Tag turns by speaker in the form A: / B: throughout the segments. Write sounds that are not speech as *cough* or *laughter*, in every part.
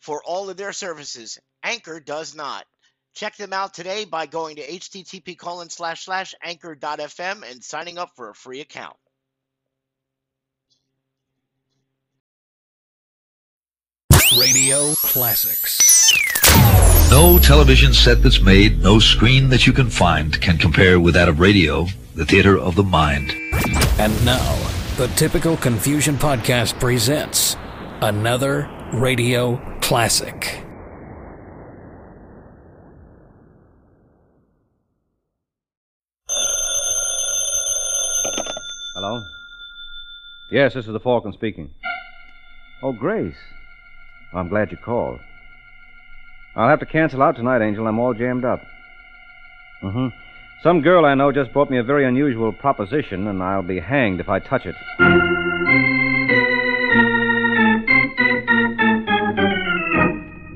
A: for all of their services. Anchor does not. Check them out today by going to http colon slash slash anchor.fm and signing up for a free account.
B: Radio Classics.
C: No television set that's made, no screen that you can find can compare with that of radio, the theater of the mind.
B: And now, the Typical Confusion Podcast presents another radio classic.
D: Hello? Yes, this is the Falcon speaking. Oh, Grace. Well, I'm glad you called. I'll have to cancel out tonight, Angel. I'm all jammed up. Mm-hmm. Some girl I know just brought me a very unusual proposition, and I'll be hanged if I touch it.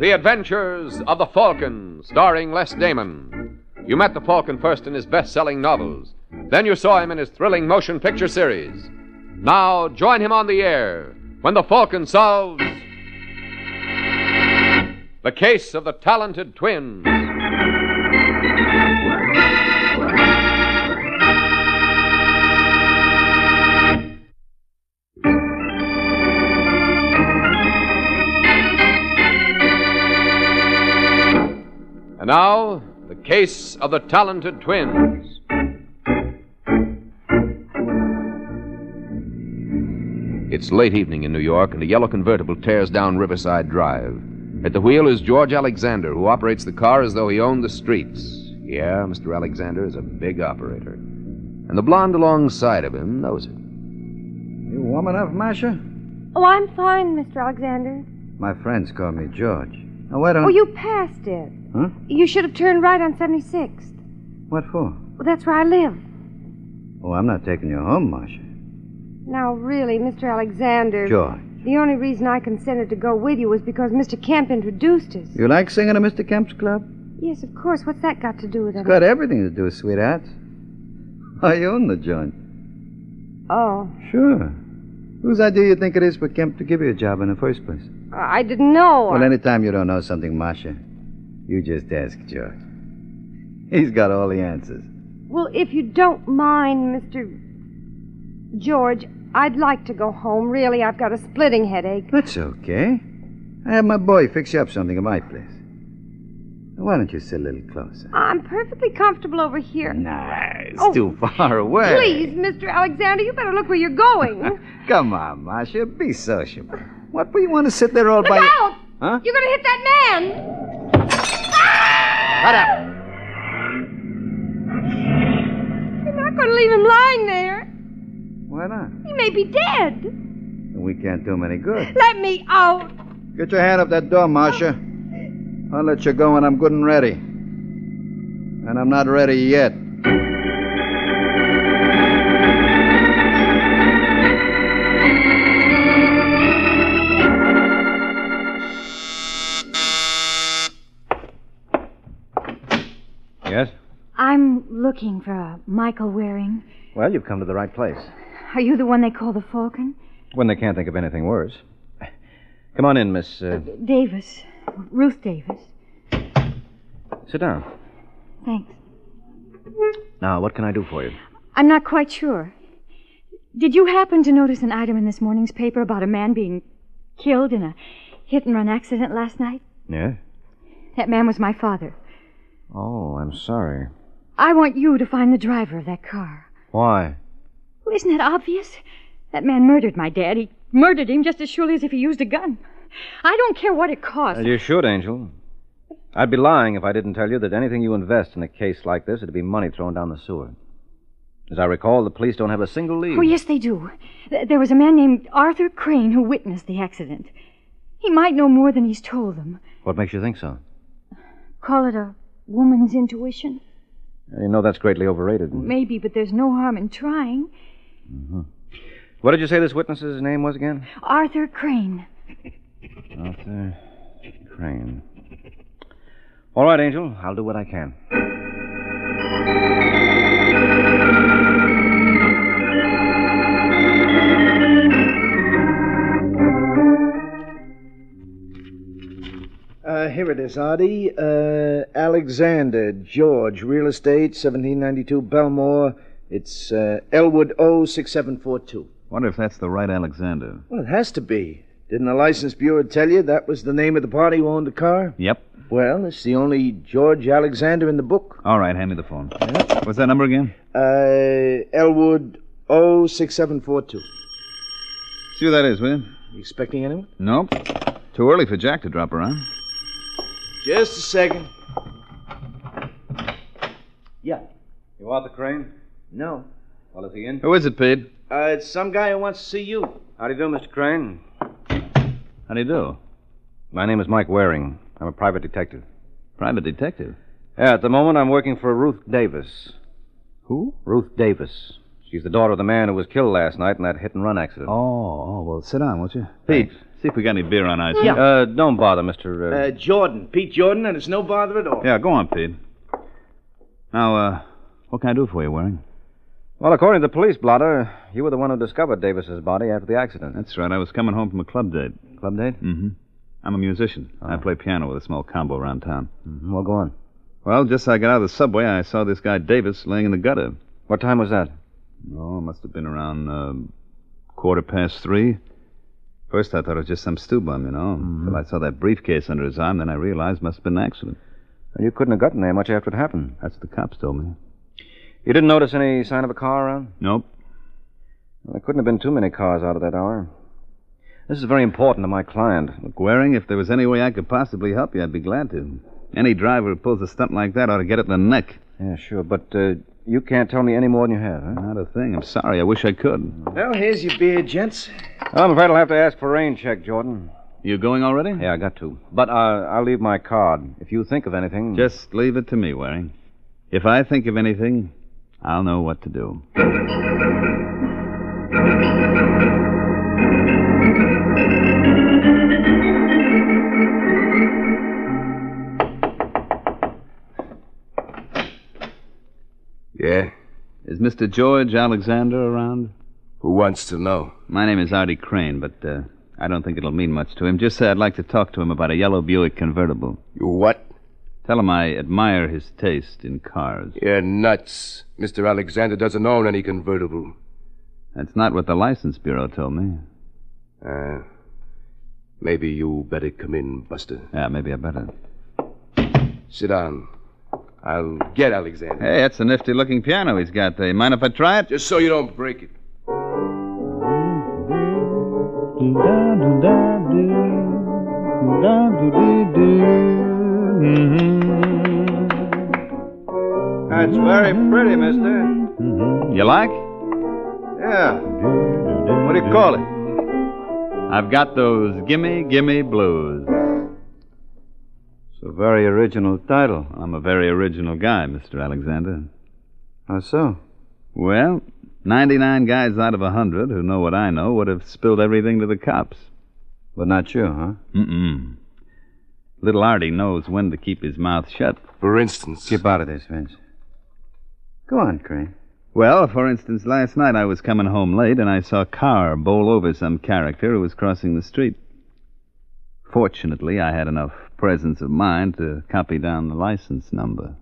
E: The Adventures of the Falcon, starring Les Damon. You met the Falcon first in his best selling novels. Then you saw him in his thrilling motion picture series. Now join him on the air when the Falcon solves the case of the talented twins. And now, the case of the talented twins. It's late evening in New York, and a yellow convertible tears down Riverside Drive. At the wheel is George Alexander, who operates the car as though he owned the streets. Yeah, Mr. Alexander is a big operator. And the blonde alongside of him knows it.
D: You warm enough, Masha?
F: Oh, I'm fine, Mr. Alexander.
D: My friends call me George. Now, why don't...
F: Oh, you passed it.
D: Huh?
F: You should have turned right on 76th.
D: What for?
F: Well, that's where I live.
D: Oh, I'm not taking you home, Marcia.
F: Now, really, Mr. Alexander.
D: George,
F: The only reason I consented to go with you was because Mr. Kemp introduced us.
D: you like singing at Mr. Kemp's club?
F: Yes, of course. What's that got to do with it?
D: It's got everything to do, sweetheart. I own the joint.
F: Oh,
D: Sure. Whose idea you think it is for Kemp to give you a job in the first place?
F: I didn't know.
D: Well, anytime you don't know something, Marcia, you just ask George. He's got all the answers.
F: Well, if you don't mind, Mr. George, I'd like to go home. Really, I've got a splitting headache.
D: That's okay. I have my boy fix you up something at my place. Why don't you sit a little closer?
F: I'm perfectly comfortable over here.
D: Nah, it's
F: Oh,
D: too far away.
F: Please, Mr. Alexander, you better look where you're going. look
D: *laughs* Come on, Marcia, be sociable. What do you want to sit there all by?
F: out!
D: Huh?
F: You're going to hit that man!
D: Shut up!
F: You're not going to leave him lying there.
D: Why not?
F: He may be dead.
D: We can't do him any good.
F: Let me out.
D: Get your hand up that door, Marcia. I'll let you go when I'm good and ready. And I'm not ready yet. Yes?
F: I'm looking for a Michael Waring.
D: Well, you've come to the right place.
F: Are you the one they call the Falcon?
D: When they can't think of anything worse. Come on in, Miss. Uh,
F: Davis. Ruth Davis.
D: sit down.
F: Thanks.
D: Now, what can I do for you?
F: I'm not quite sure. Did you happen to notice an item in this morning's paper about a man being killed in a hit and run accident last night?
D: Yeah?
F: That man was my father.
G: Oh, I'm sorry.
F: I want you to find the driver of that car.
G: Why?
F: Well, isn't that obvious? That man murdered my dad. He murdered him just as surely as if he used a gun. I don't care what it costs.
G: you should, Angel. I'd be lying if I didn't tell you that anything you invest in a case like this, it'd be money thrown down the sewer. As I recall, the police don't have a single lead.
F: Oh, yes, they do. Th- There was a man named Arthur Crane who witnessed the accident. He might know more than he's told them.
G: What makes you think so?
F: Call it a woman's intuition?
G: You know that's greatly overrated.
F: Maybe, but there's no harm in trying.
G: What did you say this witness's name was again?
F: Arthur Crane.
G: Arthur Crane. All right, Angel. I'll do what I can.
H: Uh, here it is, Artie. Uh, Alexander George, real estate, 1792 Belmore. It's uh, Elwood O six seven four two.
D: Wonder if that's the right Alexander.
H: Well, it has to be. Didn't the license bureau tell you that was the name of the party who owned the car?
D: Yep.
H: Well, it's the only George Alexander in the book.
D: All right, hand me the phone. What's that number again?
H: Uh, Elwood O six seven four two.
D: See who that is, will you?
H: You expecting anyone?
D: Nope. Too early for Jack to drop around.
H: Just a second. Yeah.
G: You Arthur Crane?
H: No.
G: Well, is he in?
D: Who is it, Pete?
H: Uh, it's some guy who wants to see you.
G: How do you do, Mr. Crane?
D: How do you do?
G: My name is Mike Waring. I'm a private detective.
D: Private detective.
G: Yeah, at the moment, I'm working for Ruth Davis.
D: Who?
G: Ruth Davis. She's the daughter of the man who was killed last night in that hit and run accident.
D: Oh, oh well, sit down, won't you?
G: Pete.
D: See if we got any beer on ice.
H: Yeah.
G: Uh, don't bother, Mr.
H: Uh,
G: Uh...
H: Jordan, Pete Jordan, and it's no bother at all.
D: Yeah, go on, Pete. Now, uh, what can I do for you, Waring?
G: Well, according to the police blotter, you were the one who discovered Davis's body after the accident.
D: That's right. I was coming home from a club date.
G: Club date? Ah.
D: Mm-hmm. I'm a musician. I play piano with a small combo around town.
G: Mm-hmm. Well, go on.
D: Well, just as I got out of the subway, I saw this guy Davis laying in the gutter.
G: What time was that?
D: Oh, it must have been around um quarter past three. First, I thought it was just some stew bum, you know.
G: Mm-hmm.
D: Until I saw that briefcase under his arm, then I realized it must have been an accident.
G: You couldn't have gotten there much after it happened.
D: That's what the cops told me.
G: You didn't notice any sign of a car around?
D: Nope.
G: Well, there couldn't have been too many cars out at that hour. This is very important to my client.
D: Look, Waring, if there was any way I could possibly help you, I'd be glad to. Any driver who pulls a stunt like that ought to get it in the neck.
G: Yeah, sure, but uh, you can't tell me any more than you have, huh?
D: Not a thing. I'm sorry. I wish I could.
H: Well, here's your beer, gents.
G: I'm afraid I'll have to ask for a rain check, Jordan.
D: You going already?
G: Yeah, I got to. But uh, I'll leave my card. If you think of anything.
D: Just leave it to me, Waring. If I think of anything, I'll know what to do.
I: Yeah?
D: Is Mr. George Alexander around?
I: Who wants to know?
D: My name is Artie Crane, but uh, I don't think it'll mean much to him. Just say I'd like to talk to him about a yellow Buick convertible.
I: You what?
D: Tell him I admire his taste in cars.
I: You're nuts. Mr. Alexander doesn't own any convertible.
D: That's not what the license bureau told me.
I: Uh, maybe you better come in, Buster.
D: Yeah, maybe I better.
I: Sit down. I'll get Alexander.
D: Hey, that's a nifty looking piano he's got there. You mind if I try it?
I: Just so you don't break it.
H: That's very pretty, mister.
D: You like?
H: Yeah. What do you call it?
D: I've got those gimme, gimme blues.
G: It's a very original title.
D: I'm a very original guy, Mr. Alexander.
G: How so?
D: Well, 99 guys out of a 100 who know what I know would have spilled everything to the cops.
G: But not you, huh?
D: Mm-mm. Little Artie knows when to keep his mouth shut.
I: For instance.
G: Keep out of this, Vince. Go on, Crane.
D: Well, for instance, last night I was coming home late and I saw a car bowl over some character who was crossing the street. Fortunately, I had enough presence of mind to copy down the license number.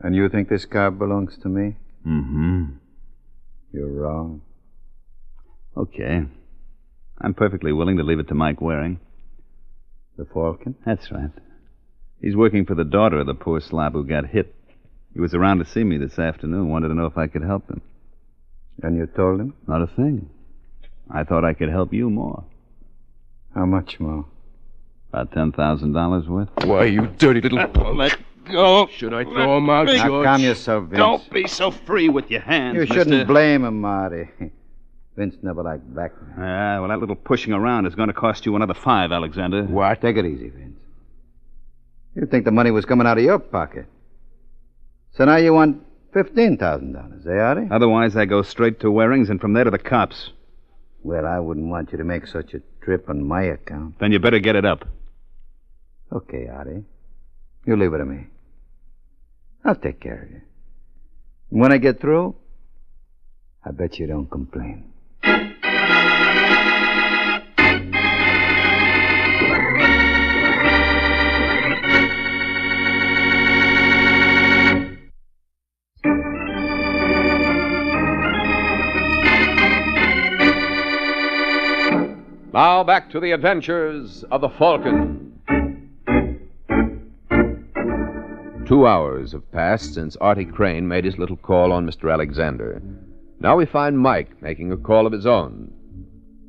G: And you think this car belongs to me?
D: Mm-hmm.
G: You're wrong.
D: Okay. I'm perfectly willing to leave it to Mike Waring.
G: The Falcon?
D: That's right.
G: He's working for the daughter of the poor slob who got hit. He was around to see me this afternoon, wanted to know if I could help him.
J: And you told him?
G: Not a thing. I thought I could help you more.
J: How much more?
G: About $10,000 worth.
K: Why, you dirty little.
J: Let go.
K: Should I throw him out,
J: Now,
K: George?
J: calm yourself, Vince.
G: Don't be so free with your hands.
J: You
G: mister.
J: shouldn't blame him, Marty. *laughs* Vince never liked black
G: Ah, well, that little pushing around is going to cost you another five, Alexander.
J: What? Take it easy, Vince. You think the money was coming out of your pocket. So now you want $15,000, eh, Artie?
G: Otherwise, I go straight to Waring's and from there to the cops.
J: Well, I wouldn't want you to make such a trip on my account.
G: Then you better get it up.
J: Okay, Artie. You leave it to me. I'll take care of you. And when I get through, I bet you don't complain.
E: Now back to the adventures of the Falcon. Two hours have passed since Artie Crane made his little call on Mr. Alexander. Now we find Mike making a call of his own.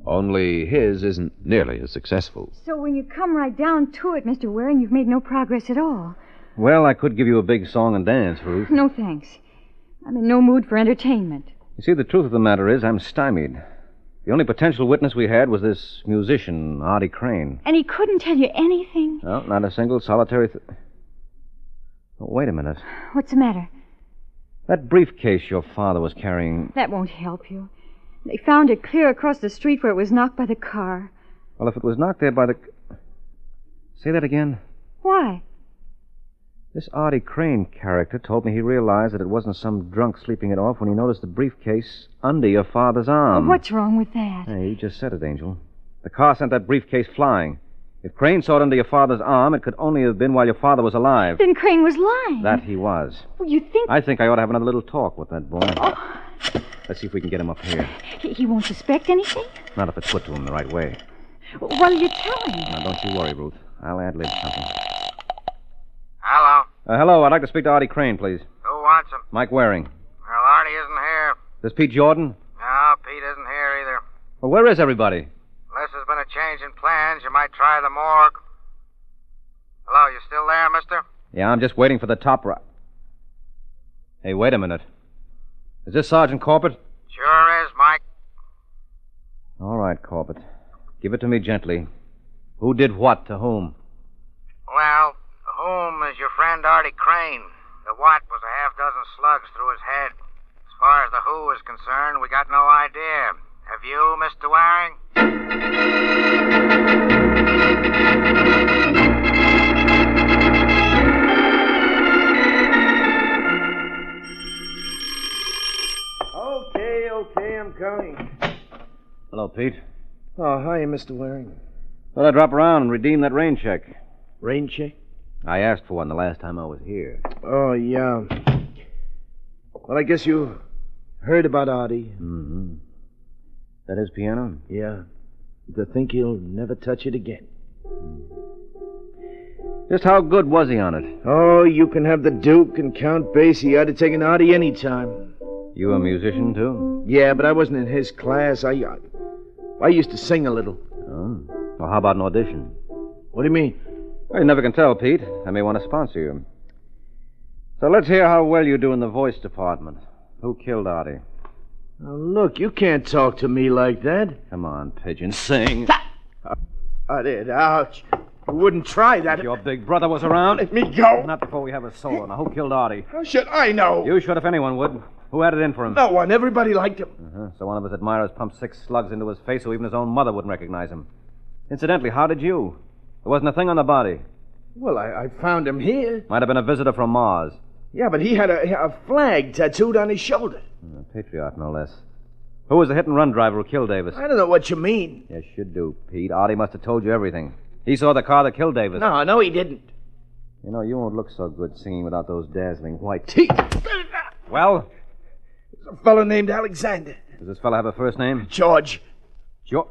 E: Only his isn't nearly as successful.
L: So when you come right down to it, Mr. Waring, you've made no progress at all.
D: Well, I could give you a big song and dance, Ruth.
L: No thanks. I'm in no mood for entertainment.
D: You see, the truth of the matter is, I'm stymied. The only potential witness we had was this musician, Artie Crane.
L: And he couldn't tell you anything?
D: Well, not a single solitary. Th- oh, wait a minute.
L: What's the matter?
D: That briefcase your father was carrying.
L: That won't help you. They found it clear across the street where it was knocked by the car.
D: Well, if it was knocked there by the. Say that again.
L: Why?
D: This Artie Crane character told me he realized that it wasn't some drunk sleeping it off when he noticed the briefcase under your father's
G: Um,
D: arm.
L: What's wrong with that?
D: Hey, you just said it, Angel. The car sent that briefcase flying. If Crane saw it under your father's arm, it could only have been while your father was alive.
L: Then Crane was lying.
D: That he was.
L: Well, you think
D: I think I ought to have another little talk with that boy. Let's see if we can get him up here.
L: he, he won't suspect anything?
D: Not if it's put to him the right way.
L: What'll you tell him?
D: Now, don't you worry, Ruth. I'll ad lib something.
M: Hello.
D: Uh, hello, I'd like to speak to Artie Crane, please.
M: Who wants him?
D: Mike Waring.
M: Well, Artie isn't here.
D: This Pete Jordan?
M: No, Pete isn't here either.
D: Well, where is everybody?
M: Unless there's been a change in plans, you might try the morgue. Hello, you still there, mister?
D: Yeah, I'm just waiting for the top ri Hey, wait a minute. Is this Sergeant Corbett?
M: Sure is, Mike.
D: All right, Corbett. Give it to me gently. Who did what to whom?
M: Well, the whom is your friend Artie Crane. The what was a half dozen slugs through his head. As far as the who is concerned, we got no idea. Have you, Mr. Waring?
H: Okay, okay, I'm coming.
D: Hello, Pete.
H: Oh, hi, Mr. Waring.
D: Thought I'd drop around and redeem that rain check.
H: Rain check?
D: I asked for one the last time I was here.
H: Oh, yeah. Well, I guess you heard about Artie.
D: Mm-hmm. That is piano?
H: Yeah. To think he'll never touch it again.
D: Just how good was he on it?
H: Oh, you can have the Duke and Count Basie. I'd have taken Artie any time.
D: You a musician, too?
H: Yeah, but I wasn't in his class. I, I, I used to sing a little.
D: Oh. Well, how about an audition?
H: What do you mean?
D: Well, you never can tell, Pete. I may want to sponsor you. So let's hear how well you do in the voice department. Who killed Artie?
H: Now, look, you can't talk to me like that.
D: Come on, Pigeon, sing.
H: I did. Ouch. I wouldn't try that.
D: Your big brother was around.
H: Let me go.
D: Not before we have a solo. Now, who killed Artie?
H: How should I know?
D: You should if anyone would. Who had it in for him?
H: No one. Everybody liked him.
D: Uh-huh. So one of his admirers pumped six slugs into his face so even his own mother wouldn't recognize him. Incidentally, how did you? There wasn't a thing on the body.
H: Well, I, I found him here.
D: Might have been a visitor from Mars.
H: Yeah, but he had a, a flag tattooed on his shoulder.
D: A patriot, no less. Who was the hit and run driver who killed Davis?
H: I don't know what you mean.
D: Yes, you do, Pete. Artie must have told you everything. He saw the car that killed Davis.
H: No, no, he didn't.
D: You know, you won't look so good singing without those dazzling white
H: He.
D: teeth. Well,
H: A fellow named Alexander.
D: does this fella have a first name?
H: George.
D: George.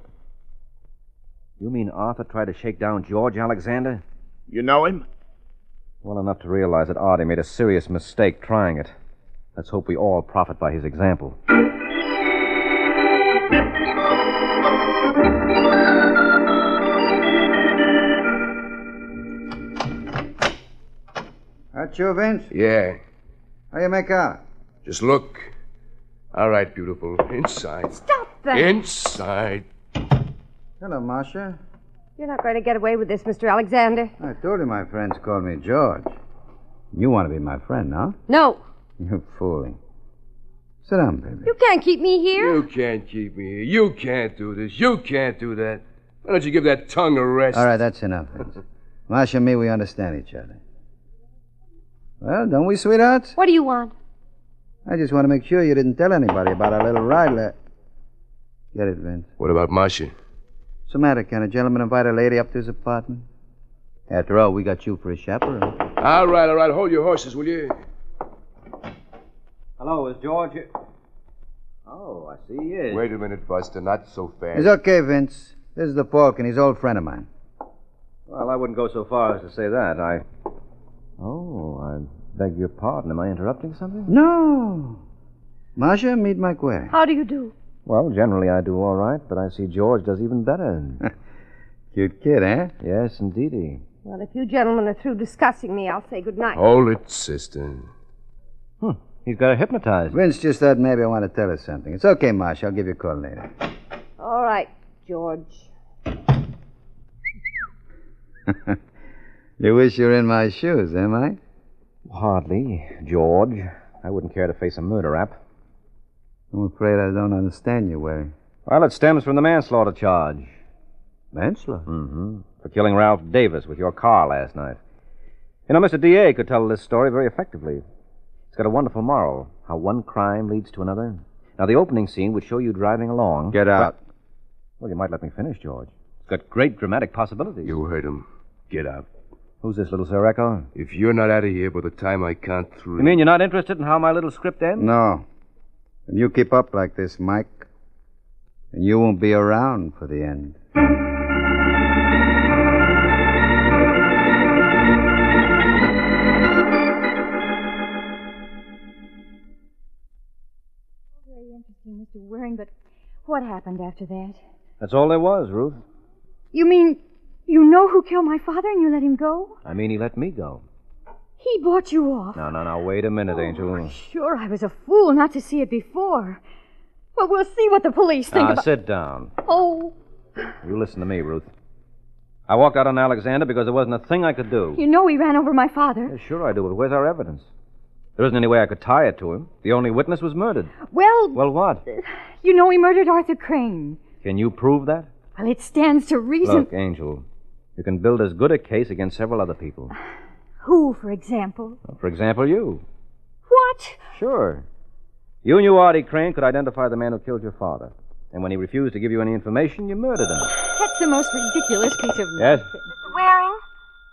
D: You mean Arthur tried to shake down George Alexander?
H: You know him?
G: Well enough to realize that Artie made a serious mistake trying it. Let's hope we all profit by his example.
N: That you, Vince?
H: Yeah.
N: How you make out?
H: Just look. All right, beautiful. Inside.
O: Stop that.
H: Inside.
N: Hello, Marcia.
O: You're not going to get away with this, Mr. Alexander.
D: I told you my friends called me George. You want to be my friend, huh?
O: No,
D: You're fooling. Sit down, baby.
O: you can't keep me here.
H: You can't keep me here. You can't do this. You can't do that. Why don't you give that tongue a rest?
D: All right, that's enough. Vince. Marcia and me, we understand each other. Well, don't we, sweethearts?
O: What do you want?
D: I just want to make sure you didn't tell anybody about our little ride. La- Get it, Vince.
H: What about Marcia?
D: What's the matter? Can a gentleman invite a lady up to his apartment? After all, we got you for a chaperone.
H: All right, all right. Hold your horses, will you?
G: Hello, is George here? Oh, I see he is.
H: Wait a minute, Buster. Not so fast.
D: It's okay, Vince. This is the Polk, and he's an old friend of mine.
G: Well, I wouldn't go so far as to say that. I. Oh, I beg your pardon. Am I interrupting something?
D: No. Marcia, meet Mike Ware.
O: How do you do?
G: Well, generally I do all right, but I see George does even better.
D: Cute kid, eh?
G: Yes, indeedy.
O: Well, if you gentlemen are through discussing me, I'll say goodnight.
G: Oh.
H: Hold it, sister.
D: He's got her hypnotized. Vince just thought maybe I want to tell her something. It's okay, Marcia. I'll give you a call later.
O: All right, George.
D: you wish you were in my shoes, eh, Mike?
G: Hardly, George. I wouldn't care to face a murder rap.
D: I'm afraid I don't understand you, Ware.
G: Well, it stems from the manslaughter charge. Manslaughter? Mm-hmm. For killing Ralph Davis with your car last night. You know, Mr. D.A. could tell this story very effectively. It's got a wonderful moral, how one crime leads to another. Now, the opening scene would show you driving along. Get
D: out.
G: Well, you might let me finish, George. It's got great dramatic possibilities.
H: You heard him. Get out.
G: Who's this little Sir Echo?
H: If you're not out of here by the time I count three.
G: You mean you're not interested in how my little script ends?
D: No. If you keep up like this, Mike, and you won't be around for the end.
F: Very interesting, Mr. Waring, but what happened after that?
G: That's all there was, Ruth.
F: You mean you know who killed my father and you let him go?
G: I mean, he let me go.
F: He bought you off.
G: No, no, no. Wait a minute, Angel.
F: Sure, I was a fool not to see it before. But we'll see what the police think
G: Now,
F: about.
G: sit down.
F: Oh,
G: You listen to me, Ruth. I walked out on Alexander because there wasn't a thing I could do.
F: you know he ran over my father.
G: Yeah, sure I do, but where's our evidence? There isn't any way I could tie it to him. The only witness was murdered.
F: Well,
G: Well, what?
F: you know he murdered Arthur Crane.
G: Can you prove that?
F: Well, it stands to reason.
G: Look, Angel, you can build as good a case against several other people.
F: Who, for example?
G: For example, you.
F: What?
G: Sure. You knew Artie Crane could identify the man who killed your father. And when he refused to give you any information, you murdered him.
F: That's the most ridiculous piece of.
G: Yes,
P: Mr. Waring,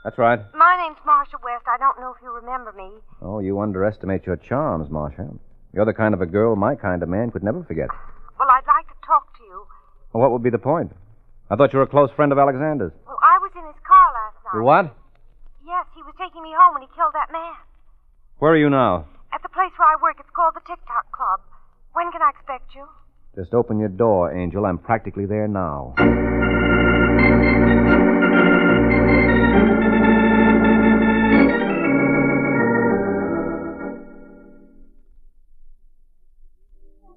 G: that's right.
P: my name's Marcia West. I don't know if you remember me.
G: Oh, you underestimate your charms, Marcia. You're the kind of a girl my kind of man could never forget.
P: Well, I'd like to talk to you.
G: Well, what would be the point? I thought you were a close friend of Alexander's.
P: Well, I was in his car last night.
G: You what?
P: Yes, he was taking me home when he killed that man.
G: Where are you now?
P: At the place where I work, it's called the TikTok Club. When can I expect you?
G: Just open your door, Angel. I'm practically there now.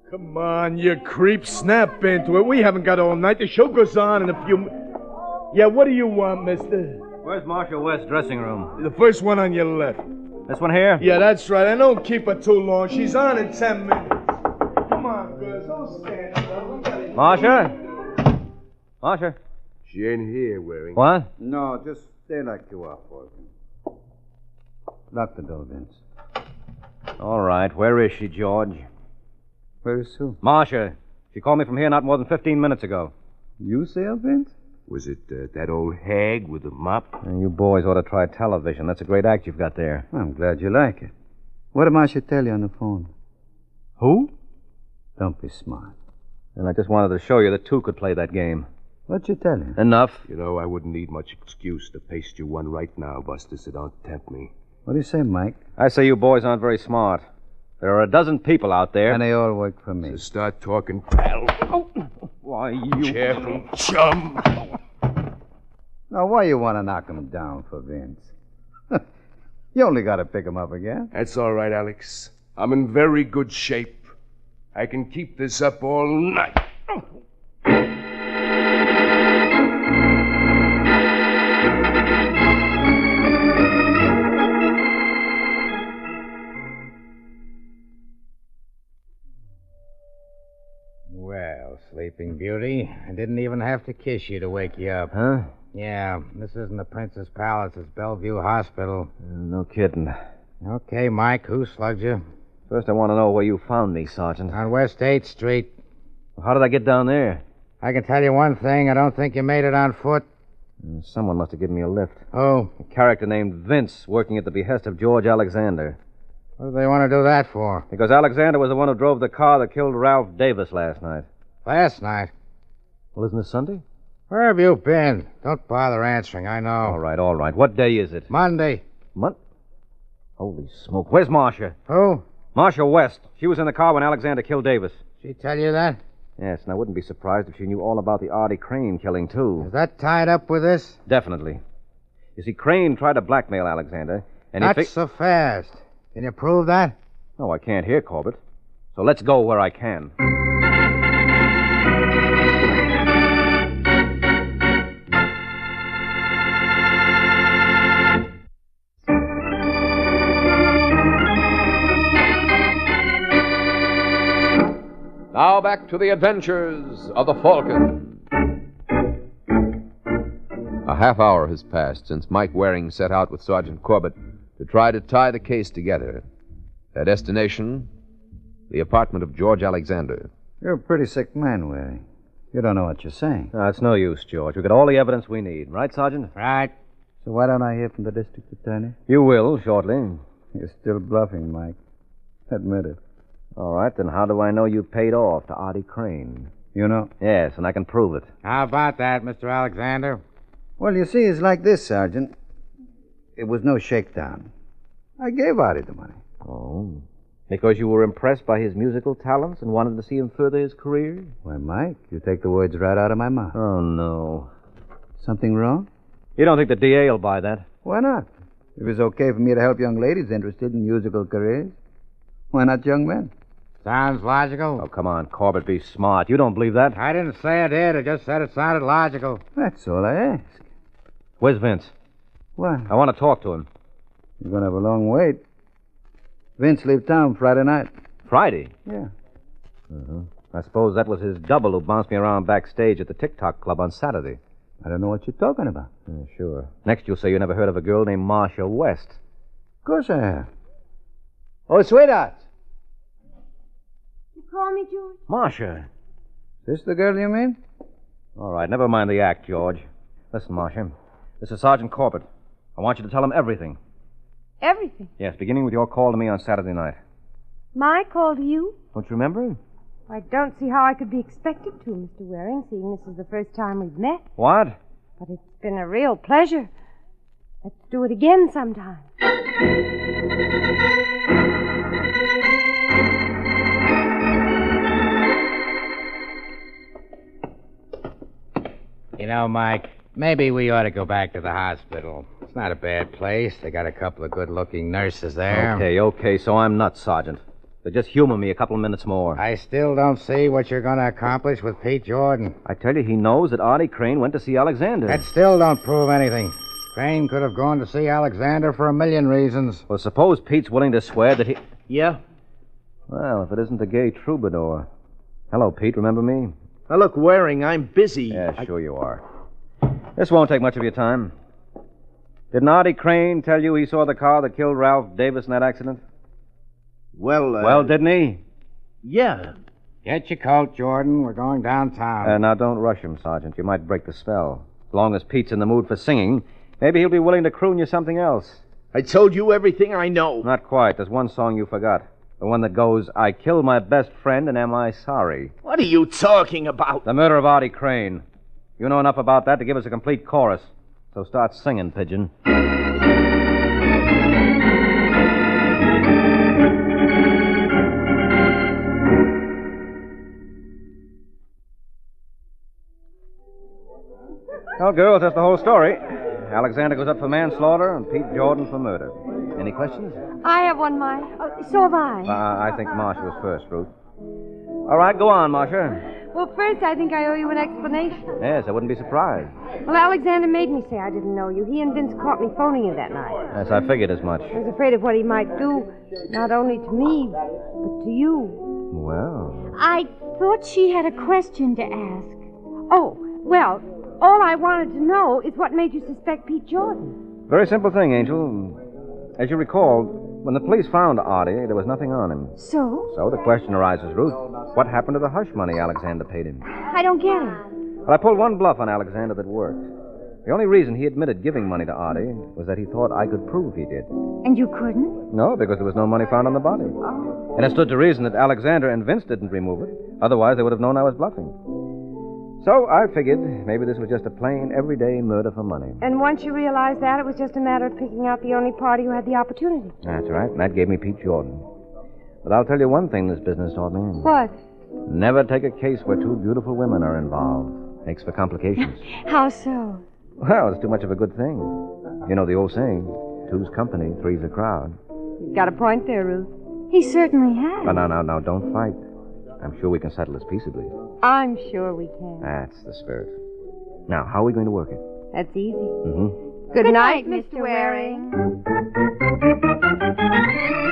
Q: Come on, you creep. Snap into it. We haven't got all night. The show goes on in a few. mi- Yeah, what do you want, mister?
G: Where's Marshall West's dressing room?
Q: The first one on your left.
G: This one here?
Q: Yeah, that's right. I don't keep her too long. She's on in ten minutes. Come on, girls. Don't stand up. We gotta-
G: Marcia? Marcia?
H: She ain't here, Waring.
G: What?
D: No, just stay like you are, Fulton. Lock the door, Vince.
G: All right. Where is she, George?
D: Where is Sue?
G: Marcia. She called me from here not more than 15 minutes ago.
D: You say, Vince?
H: Was it uh, that old hag with the mop?
G: You boys ought to try television. That's a great act you've got there.
D: I'm glad you like it. What did Marcia tell you on the phone?
G: Who?
D: Don't be smart.
G: And I just wanted to show you that two could play that game.
D: What'd you tell him?
G: Enough.
H: You know, I wouldn't need much excuse to paste you one right now, Buster, so don't tempt me.
G: What do you say, Mike?
R: I say you boys aren't very smart. There are a dozen people out there.
G: And they all work for me.
S: start talking, pal. Oh.
R: Why, you.
S: Careful, chum.
G: Now, why you want to knock him down for Vince? *laughs* you only got to pick him up again.
S: That's all right, Alex. I'm in very good shape. I can keep this up all night.
H: Well, Sleeping Beauty, I didn't even have to kiss you to wake you up.
D: Huh?
H: Yeah, this isn't the Princess Palace, it's Bellevue Hospital.
G: Mm,
D: No kidding.
H: Okay, Mike, who slugged you?
D: First, I want to know where you found me, Sergeant.
H: On West 8th Street.
D: How did I get down there?
H: I can tell you one thing, I don't think you made it on foot.
D: Mm, Someone must have given me a lift.
H: Oh,
D: A character named Vince working at the behest of George Alexander.
H: what do they want to do that for?
D: Because Alexander was the one who drove the car that killed Ralph Davis last night.
H: Last night.
D: Well, isn't it Sunday?
H: Where have you been? Don't bother answering, I know. All
D: right, all right. What day is it?
H: Monday.
D: Mon. Holy smoke. Where's Marcia?
H: Who?
D: Marcia West. She was in the car when Alexander killed Davis.
H: She tell you that?
D: Yes, and I wouldn't be surprised if she knew all about the Artie Crane killing, too.
H: Is that tied up with this?
D: Definitely. You see, Crane tried to blackmail Alexander, and
H: Not
D: he. fi-
H: so fast. Can you prove that?
D: No, I can't hear Corbett. So let's go where I can.
T: Now back to the adventures of the Falcon. A half hour has passed since Mike Waring set out with Sergeant Corbett to try to tie the case together. Their destination, the apartment of George Alexander.
G: You're a pretty sick man, Waring. You don't know what you're saying.
D: No, Ah, it's no use, George. We've got all the evidence we need, right, Sergeant?
H: Right.
G: So why don't I hear from the district attorney?
D: You will shortly.
G: You're still bluffing, Mike. Admit it.
D: All right, then how do I know you paid off to Artie Crane?
G: You know?
D: Yes, and I can prove it.
H: How about that, Mr. Alexander?
G: Well, you see, it's like this, Sergeant. It was no shakedown. I gave Artie the money.
D: Oh. Because you were impressed by his musical talents and wanted to see him further his career?
G: Why, Mike, you take the words right out of my mouth.
D: Oh, no.
G: Something wrong?
D: You don't think the DA will buy that?
G: Why not? If it's okay for me to help young ladies interested in musical careers, why not young men?
H: Sounds logical.
D: Oh, come on, Corbett, be smart. You don't believe that?
H: I didn't say I did. I just said it sounded logical.
G: That's all I ask.
D: Where's Vince?
G: Why?
D: I want to talk to him.
G: You're going to have a long wait. Vince leave town Friday night.
D: Friday?
G: Yeah.
D: Uh-huh. I suppose that was his double who bounced me around backstage at the TikTok Club on Saturday.
G: I don't know what you're talking about.
D: sure. Next, you'll say you never heard of a girl named Marcia West.
G: Of course I have. Oh, sweetheart.
F: You call me George?
D: Marcia.
G: Is this the girl you mean?
D: All right, never mind the act, George. Listen, Marcia. This is Sergeant Corbett. I want you to tell him everything.
F: Everything.
D: Yes, beginning with your call to me on Saturday night.
F: My call to you?
D: Don't you remember?
F: I don't see how I could be expected to, Mr. Waring, seeing this is the first time we've met.
D: What?
F: But it's been a real pleasure. Let's do it again sometime.
H: You know, Mike, maybe we ought to go back to the hospital. It's not a bad place. They got a couple of good looking nurses there.
D: Okay, okay, so I'm nuts, Sergeant. So just humor me a couple of minutes more.
H: I still don't see what you're going to accomplish with Pete Jordan.
D: I tell you, he knows that Artie Crane went to see Alexander.
H: That still don't prove anything. Crane could have gone to see Alexander for a million reasons.
D: Well, suppose Pete's willing to swear that he.
H: Yeah?
D: Well, if it isn't the gay troubadour. Hello, Pete, remember me?
U: Now, look, Waring, I'm busy.
D: Yeah, sure you are. This won't take much of your time. Didn't Artie Crane tell you he saw the car that killed Ralph Davis in that accident?
U: Well, uh,
D: well, didn't he?
U: Yeah.
H: Get your coat, Jordan. We're going downtown.
D: Uh, now, don't rush him, Sergeant. You might break the spell. As long as Pete's in the mood for singing, maybe he'll be willing to croon you something else.
U: I told you everything I know.
D: Not quite. There's one song you forgot. The one that goes, I killed my best friend, and am I sorry?
U: What are you talking about?
D: The murder of Artie Crane. You know enough about that to give us a complete chorus. So start singing, Pigeon. Well, girls, that's the whole story. Alexander goes up for manslaughter and Pete Jordan for murder. Any questions?
F: I have one, Mike. Oh, so have I.
D: Uh, I think Marcia was first, Ruth. All right, go on, Marcia.
F: Well, first, I think I owe you an explanation.
D: Yes, I wouldn't be surprised.
F: Well, Alexander made me say I didn't know you. He and Vince caught me phoning you that night.
D: Yes, I figured as much.
F: I was afraid of what he might do, not only to me, but to you.
D: Well,
V: I thought she had a question to ask.
F: Oh, well, all I wanted to know is what made you suspect Pete Jordan.
D: very simple thing, Angel. As you recall, when the police found Artie, there was nothing on him.
V: So?
D: So the question arises, Ruth, what happened to the hush money Alexander paid him?
V: I don't get it.
D: Well, I pulled one bluff on Alexander that worked. The only reason he admitted giving money to Artie was that he thought I could prove he did.
V: And you couldn't?
D: No, because there was no money found on the body. And it stood to reason that Alexander and Vince didn't remove it. Otherwise, they would have known I was bluffing. So I figured maybe this was just a plain, everyday murder for money.
F: And once you realized that, it was just a matter of picking out the only party who had the opportunity.
D: That's right, and that gave me Pete Jordan. But I'll tell you one thing this business taught me
F: What?
D: never take a case where two beautiful women are involved. Makes for complications.
V: How so?
D: well, it's too much of a good thing. You know the old saying two's company, three's a crowd.
F: You've got a point there, Ruth.
V: He certainly has.
D: But no, no, no, don't fight. I'm sure we can settle this peaceably.
F: I'm sure we can.
D: That's the spirit. Now, how are we going to work it?
F: That's easy.
D: Mm-hmm.
F: Good, night, Mr. Waring.
V: Mr. Waring.